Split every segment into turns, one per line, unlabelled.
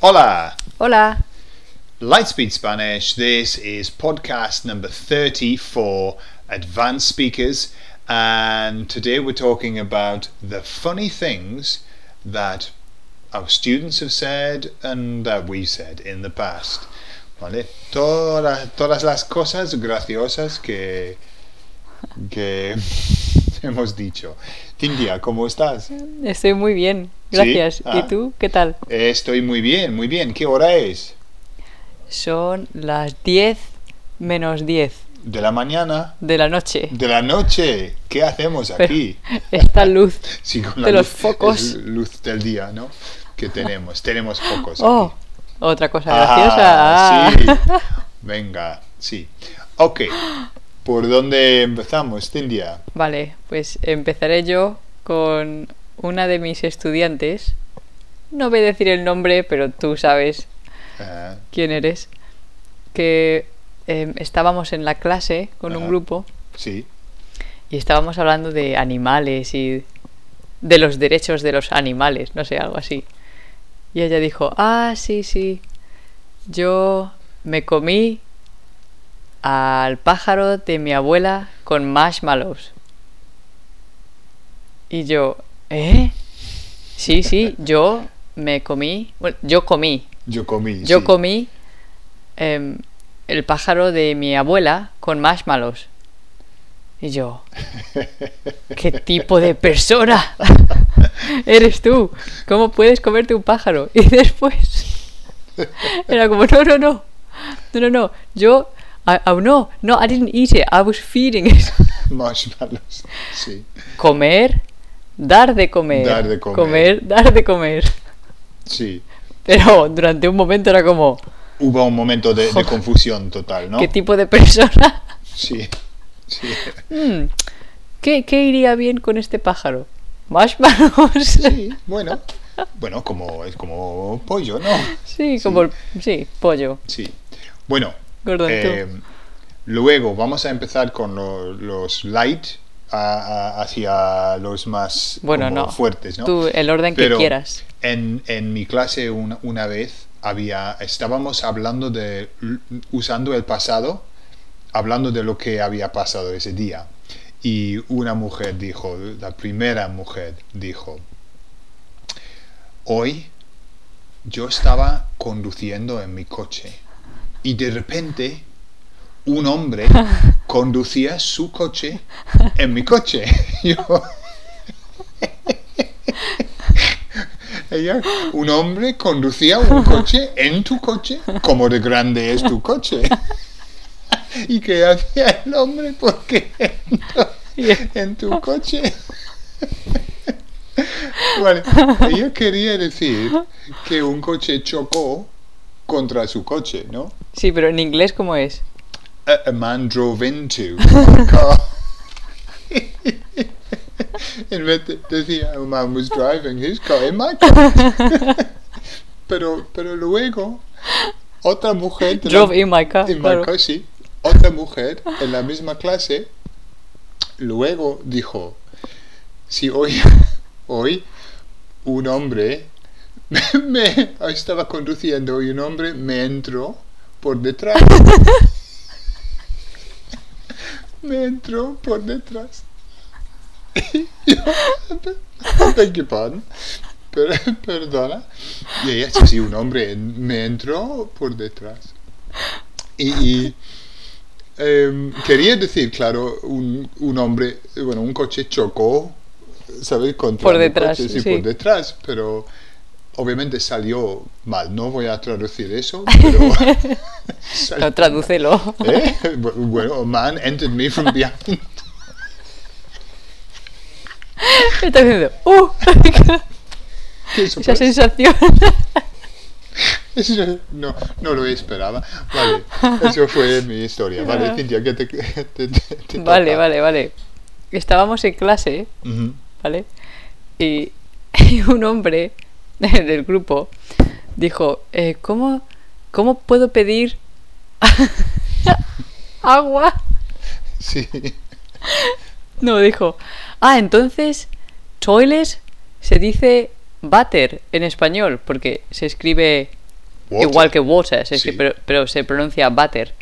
Hola!
Hola.
Lightspeed Spanish. This is podcast number 30 for advanced speakers. And today we're talking about the funny things that our students have said and that we said in the past. ¿Vale? Todas, todas las cosas graciosas que, que hemos dicho. Cintia, ¿cómo estás?
Estoy muy bien. Gracias.
Sí, ah.
¿Y tú qué tal?
Eh, Estoy muy bien, muy bien. ¿Qué hora es?
Son las 10 menos 10
¿De la mañana?
de la noche.
De la noche, ¿qué hacemos
Pero
aquí?
Esta luz.
Sí, con
de los focos.
es luz del día, ¿no? Que tenemos, tenemos focos.
Oh,
aquí.
otra cosa
Ah,
graciosa. Ah.
sí. Venga, sí. Ok, ¿por dónde empezamos, Cintia?
Vale, pues empezaré yo con una de mis estudiantes. No voy a decir el nombre, pero tú sabes
Eh,
quién eres. Que em, estábamos en la clase con un
Ajá.
grupo
sí,
Y estábamos hablando de animales y de los derechos de los animales, no sé, algo así. Y ella dijo, ah, sí, sí, yo me comí al pájaro de mi abuela con marshmallows. Y yo, ¿eh? Sí, sí, yo me comí, bueno, yo comí,
yo comí.
yo
sí.
comí em, el pájaro de mi abuela con marshmallows. Y yo, ¿qué tipo de persona eres tú? ¿Cómo puedes comerte un pájaro? Y después era como, no, no, no, no, no, no, yo, I- oh, no, no, I didn't eat it, I was feeding it.
Marshmallows, sí.
Comer, dar de comer,
Dar de comer.
dar de comer.
Sí.
Pero durante un momento era como,
Hubo un momento de, de confusión total, ¿no?
¿qué tipo de persona?
Sí, sí.
Mm, ¿Qué, qué iría bien con este pájaro? Marshmallows.
Sí, bueno. Bueno, como, es como pollo, ¿no?
Sí, como el- sí, pollo.
Sí. Bueno,
Gordon, tú.
eh, luego vamos a empezar con lo- los light a- a- hacia los más
Bueno,
como
no.
fuertes, ¿no?
Tú, el orden
Pero
que quieras.
En, en mi clase una, una vez había estábamos hablando de usando el pasado, hablando de lo que había pasado ese día. Y una mujer dijo, la primera mujer dijo, hoy yo estaba conduciendo en mi coche y de repente un hombre conducía su coche en mi coche. Yo... Ella, un hombre conducía un coche en tu coche, como de grande es tu coche. ¿Y qué hacía el hombre? Porque en tu coche. Vale, ella quería decir que un coche chocó contra su coche, ¿no?
Sí, pero en inglés cómo es?
A, a man drove into my car. en vez de decía, a man was driving his car in my car. pero, pero luego, otra mujer... de la-
Drove in my car.
en
claro.
Marco, sí. Otra mujer en la misma clase luego dijo, si hoy, hoy un hombre me, me- estaba conduciendo y un hombre me entró por detrás. me entró por detrás. I beg your pardon. Per- perdona. Y ella, sí, sí, un hombre me entró por detrás. Y, y, em, quería decir, claro, un, un hombre, bueno, un coche chocó, ¿sabes? Contra
Por
mi
detrás,
coche,
sí.
por detrás, pero obviamente salió mal. No voy a traducir eso, pero... salió-
No, tradúcelo.
¿Eh? Bueno, a man entered me from behind.
Está diciendo, ¡uh!
Qué
Esa
sorpresa.
sensación.
Eso No, no lo esperaba. Vale, eso fue mi historia. Vale, Cintia, que te, te- te- te
Ah. Vale,
toca.
vale, vale. Estábamos en clase,
Ujú.
¿vale? Y, y un hombre del grupo dijo, eh, ¿cómo, ¿cómo puedo pedir agua?
Sí.
No, dijo, ah, entonces, toilet se dice váter en español, porque se escribe
Water.
Igual que water, es que-
Sí.
pero, pero se pronuncia butter.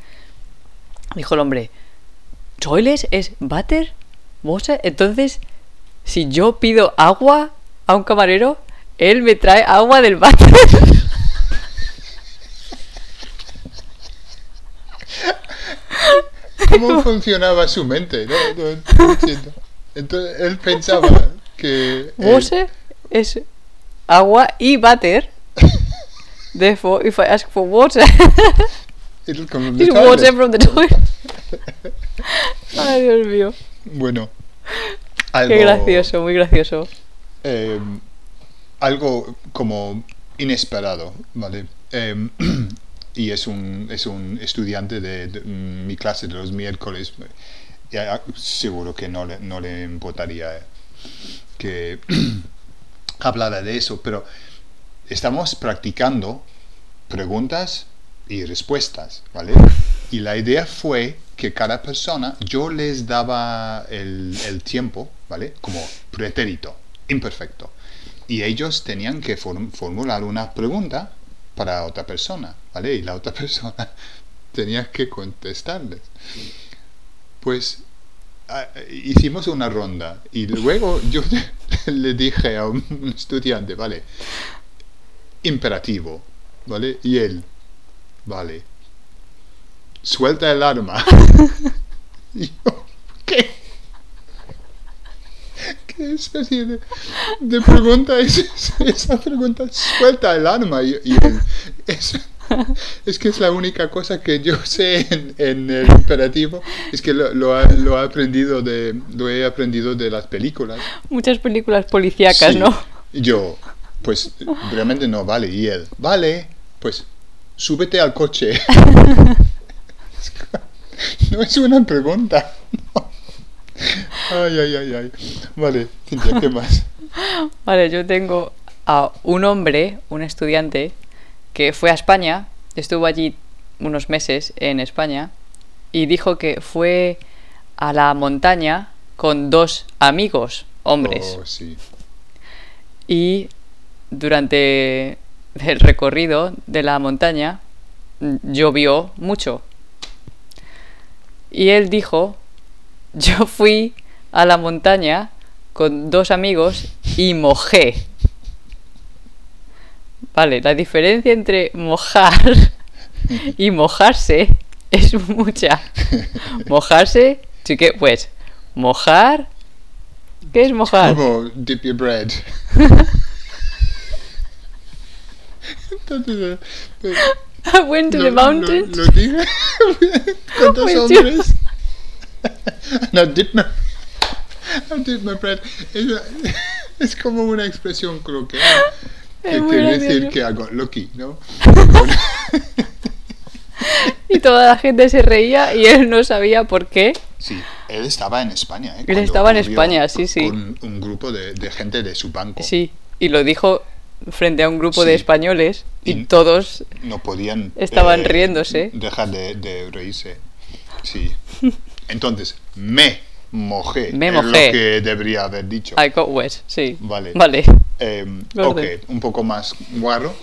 Dijo el hombre, ¿toiles es butter? ¿Water? Entonces, si yo pido agua a un camarero, él me trae agua del váter.
¿Cómo funcionaba su mente? No, no, no entiendo. Entonces, él pensaba que... eh,
water es agua y butter. Therefore, if I ask for water,
it'll come from the
it's
toilet.
water from the toilet. Ay, Dios mío.
Bueno.
Qué
algo,
gracioso, muy gracioso.
eh, algo como inesperado, ¿vale? Eh, y es un, es un estudiante de, de, mm, mi clase de los miércoles. Ya, ah, seguro que no le, no le importaría que hablara de eso, pero estamos practicando preguntas y respuestas, ¿vale? Y la idea fue que cada persona, yo les daba el, el tiempo, ¿vale? Como pretérito, imperfecto. Y ellos tenían que form- formular una pregunta para otra persona, ¿vale? Y la otra persona tenía que contestarles. Pues ah, hicimos una ronda y luego yo le dije a un estudiante, ¿vale? Imperativo, ¿vale? Y él, Vale. Suelta el arma. Y yo, ¿qué? ¿Qué especie de, de pregunta es esa? esa pregunta? Suelta el arma. Y, y él, es, es que es la única cosa que yo sé en, en el imperativo. Es que lo, lo, ha- lo he aprendido de, lo he aprendido de las películas.
Muchas películas policíacas,
Sí.
¿no?
Y Yo, pues realmente no vale. Y él, vale, pues súbete al coche. no es una pregunta. ay, ay, ay, ay. Vale, Cintia, ¿qué más?
Vale, yo tengo a un hombre, un estudiante, que fue a España, estuvo allí unos meses en España, y dijo que fue a la montaña con dos amigos, hombres.
Oh, sí.
Y durante el recorrido de la montaña mm, llovió mucho. Y él dijo, yo fui a la montaña con dos amigos y mojé. Vale, la diferencia entre mojar y mojarse es mucha. Mojarse, to get wet. Mojar, ¿qué es mojar?
Como dip your bread. Entonces, eh,
I went to
lo-
the
lo-
mountain.
Lo, dije con dos
Wait, you-
hombres. No, dip my, I dip my bread. Es, es como una expresión coloquial
Es
que
muy
quiere
gracioso.
decir que hago lucky, ¿no?
Y toda la gente se reía y él no sabía por qué.
Sí, él estaba en España, ¿eh?
Él
Cuando
estaba en
ocurrió
España, sí, sí.
Con un grupo de, de gente de su banco.
Sí, y lo dijo frente a un grupo de
Oh. Sí.
españoles y
Y-
todos...
no podían eh,
Estaban riéndose.
dejar de, de reírse sí entonces me mojé
Me
es
mojé.
lo que debería haber dicho
I got wet, sí.
Vale.
Vale.
Em,
Gordon.
ok un poco más guarro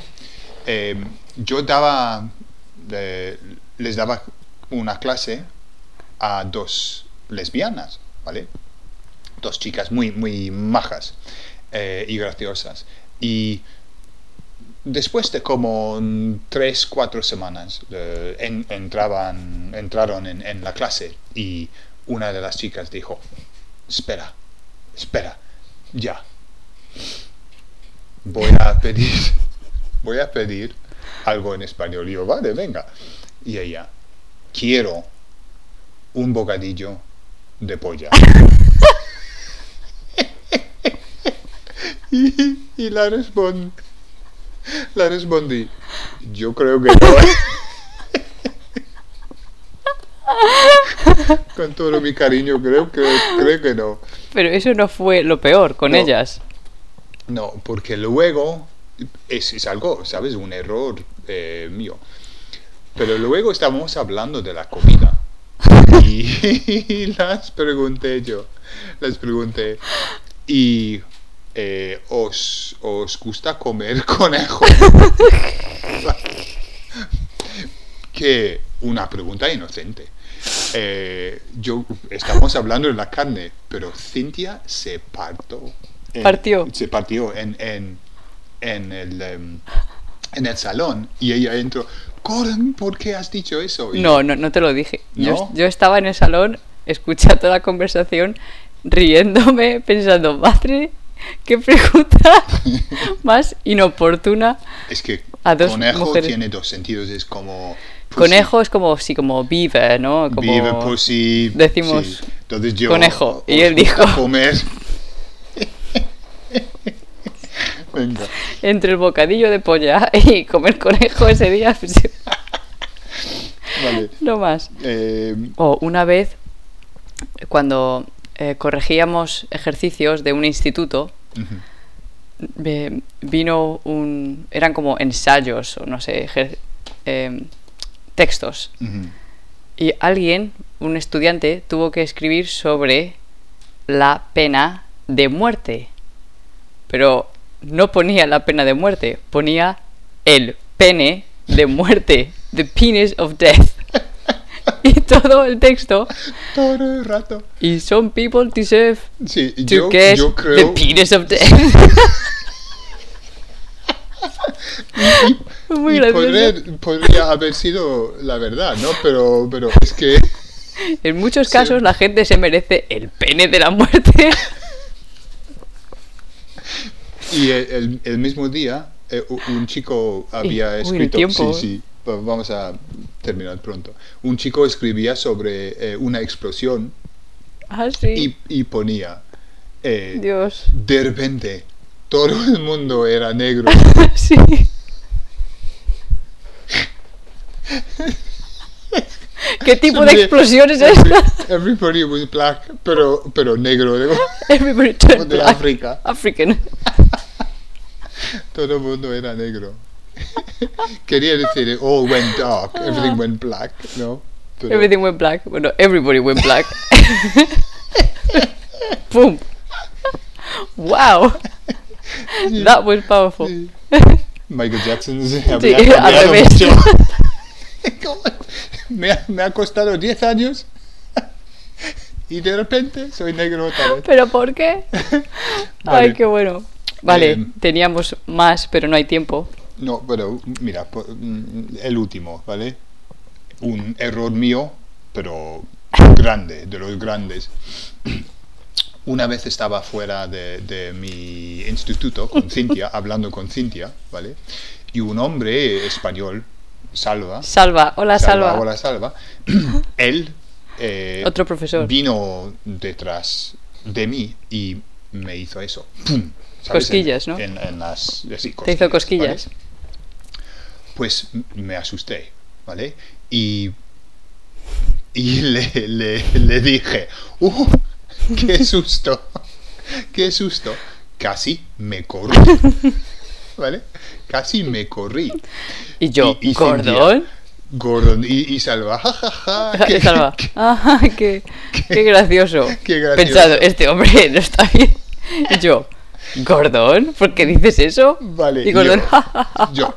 Em, yo daba eh, les daba una clase a dos lesbianas vale dos chicas muy muy majas eh, y graciosas y después de como mm, tres, cuatro semanas eh, en- entraban, entraron en, en la clase y una de las chicas dijo, espera, espera, ya. Voy a pedir, voy a pedir algo en español. Y yo, vale, venga. Y ella, quiero un bocadillo de polla. y, y la respon- la respondí, yo creo que no. Con todo mi cariño, creo que, creo que no.
Pero eso no fue lo peor con
No.
ellas.
No, porque luego es, es algo, ¿sabes? Un error eh, mío. Pero luego estamos hablando de la comida. Y, las pregunté yo. Las pregunté. Y eh, os, os gusta comer conejo. que una pregunta inocente. Eh, yo estamos hablando de la carne, pero Cintia se partó. en-
Partió.
Se partió en, en, en el, em, en el salón y ella entró. Coran, ¿por qué has dicho eso? Y
No, no, no te lo dije. Yo,
¿No?
yo estaba en el salón escuchando la conversación, riéndome, pensando, madre, qué pregunta más inoportuna.
Es que
A dos
conejo
mujeres.
tiene dos sentidos, es como. pussy,
Conejo es como, sí, como vive, ¿no? Como...
Vive pues pussy.
decimos,
sí. Entonces yo,
conejo, y
os
él
gusta
dijo-
Comer. Venga.
Entre el bocadillo de polla y comer conejo ese día, pues,
Vale.
no más.
Eh,
O una vez, cuando eh, corregíamos ejercicios de un instituto,
ujú.
ve- vino un... eran como ensayos o no sé, ejer- em, textos.
Ujú.
Y alguien, un estudiante, tuvo que escribir sobre la pena de muerte. Pero no ponía la pena de muerte, ponía el pene de muerte, the penis of death. y todo el texto,
Todo el rato.
y some people deserve
Sí,
to
yo,
get
yo
the
creo.
penis of death. Muy
y
gracioso.
podría, podría haber sido la verdad, ¿no? Pero, pero es que.
En muchos
Sí.
casos la gente se merece el pene de la muerte.
Y el, el- el mismo día, eh, u- un chico había
uy, el
escrito.
tiempo,
sí, sí, va- vamos a terminar pronto. Un chico escribía sobre eh, una explosión
Ah, sí.
y, y ponía. eh,
Dios.
de repente, todo el mundo era negro.
Sí. ¿Qué tipo de
Siempre-
explosión es esta?
Everybody was black, pero, pero negro, digo,
Everybody turned
de
black.
África.
African.
Todo el mundo era negro. Quería decir, it all went dark, everything went black, ¿no? Pero-
Everything went black. Bueno, everybody went black. Boom. Wow. That was powerful.
Sí. Michael Jackson se
Sí,
habría
al
cambiado
revés.
mucho. ¿Cómo? me, ha, me ha costado 10 años y de repente soy negro otra vez.
¿Pero por qué? Ay,
Vale.
qué bueno. Vale,
Em.
teníamos más, pero no hay tiempo.
No, pero mira, po- mm, el último, ¿vale? Un error mío, pero grande, de los grandes. Una vez estaba fuera de, de mi instituto con Cintia, hablando con Cintia, ¿vale? Y un hombre español, Salva,
Salva, hola Salva.
Hola, Salva, él eh,
Otro profesor.
vino detrás de mí y me hizo eso. ¡Pum! En-
Cosquillas, ¿no?
En, en las, sí,
Te hizo
¿vale?
cosquillas.
pues m- me asusté, ¿vale? Y, y le, le- le dije, ¡uh! ¡Qué susto! ¡Qué susto! Casi me corrí, ¿vale? Casi me corrí.
Y yo,
Y- y sin día.
¿cordón?
Gordon y, y Salva, jajaja.
Qué salva. Ah, qué, qué gracioso.
qué gracioso.
Pensado, este hombre no está bien. Y yo, ¿Gordón? ¿Por qué dices eso?
Vale, yo,
Y Gordón,
yo,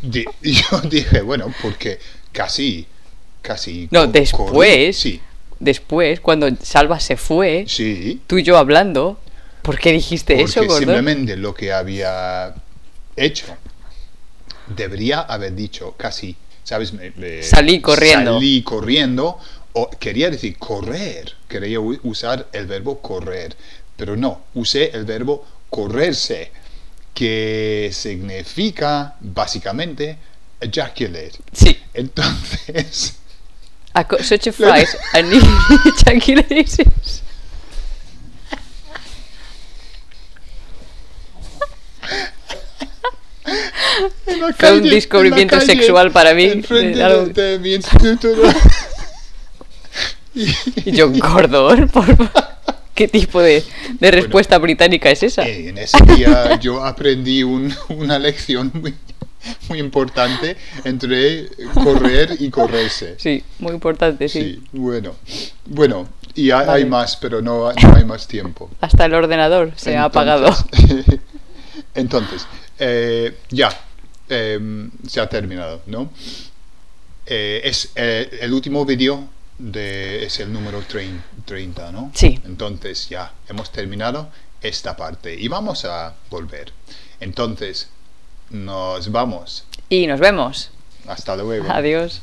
di- yo dije, bueno, porque casi, casi.
No,
co-
después.
corrí. Sí,
Después, cuando Salva se fue,
sí.
tú y yo hablando, ¿por qué dijiste
Porque
Este, eso, Gordón?
simplemente lo que había hecho debería haber dicho casi, ¿sabes? Me- me-
Salí corriendo.
Salí corriendo. O quería decir correr. Quería u- usar el verbo correr. Pero no, usé el verbo correrse. Que significa básicamente ejaculate.
Sí.
Entonces.
I got such a fright, I need ejaculations.
en la
Fue un
calle, en la
descubrimiento
calle,
sexual para mí,
enfrente
de algo-
de- de mi instituto.
Y yo, Gordón, por favor. ¿Qué tipo de, de respuesta británica es esa?
Eh, en ese día yo aprendí un- una lección muy, muy importante entre correr y correrse.
Sí, muy importante, sí.
Sí, bueno. Bueno, y hay, hay
Vale.
más, pero no, no hay más tiempo.
Hasta el ordenador se ha apagado.
Entonces- Entonces, eh, ya, em, se ha terminado, ¿no? eh, es eh, el último vídeo de, es el número trein- 30, ¿no?
Sí.
Entonces ya hemos terminado esta parte y vamos a volver. Entonces, nos vamos.
Y nos vemos.
Hasta luego.
Adiós.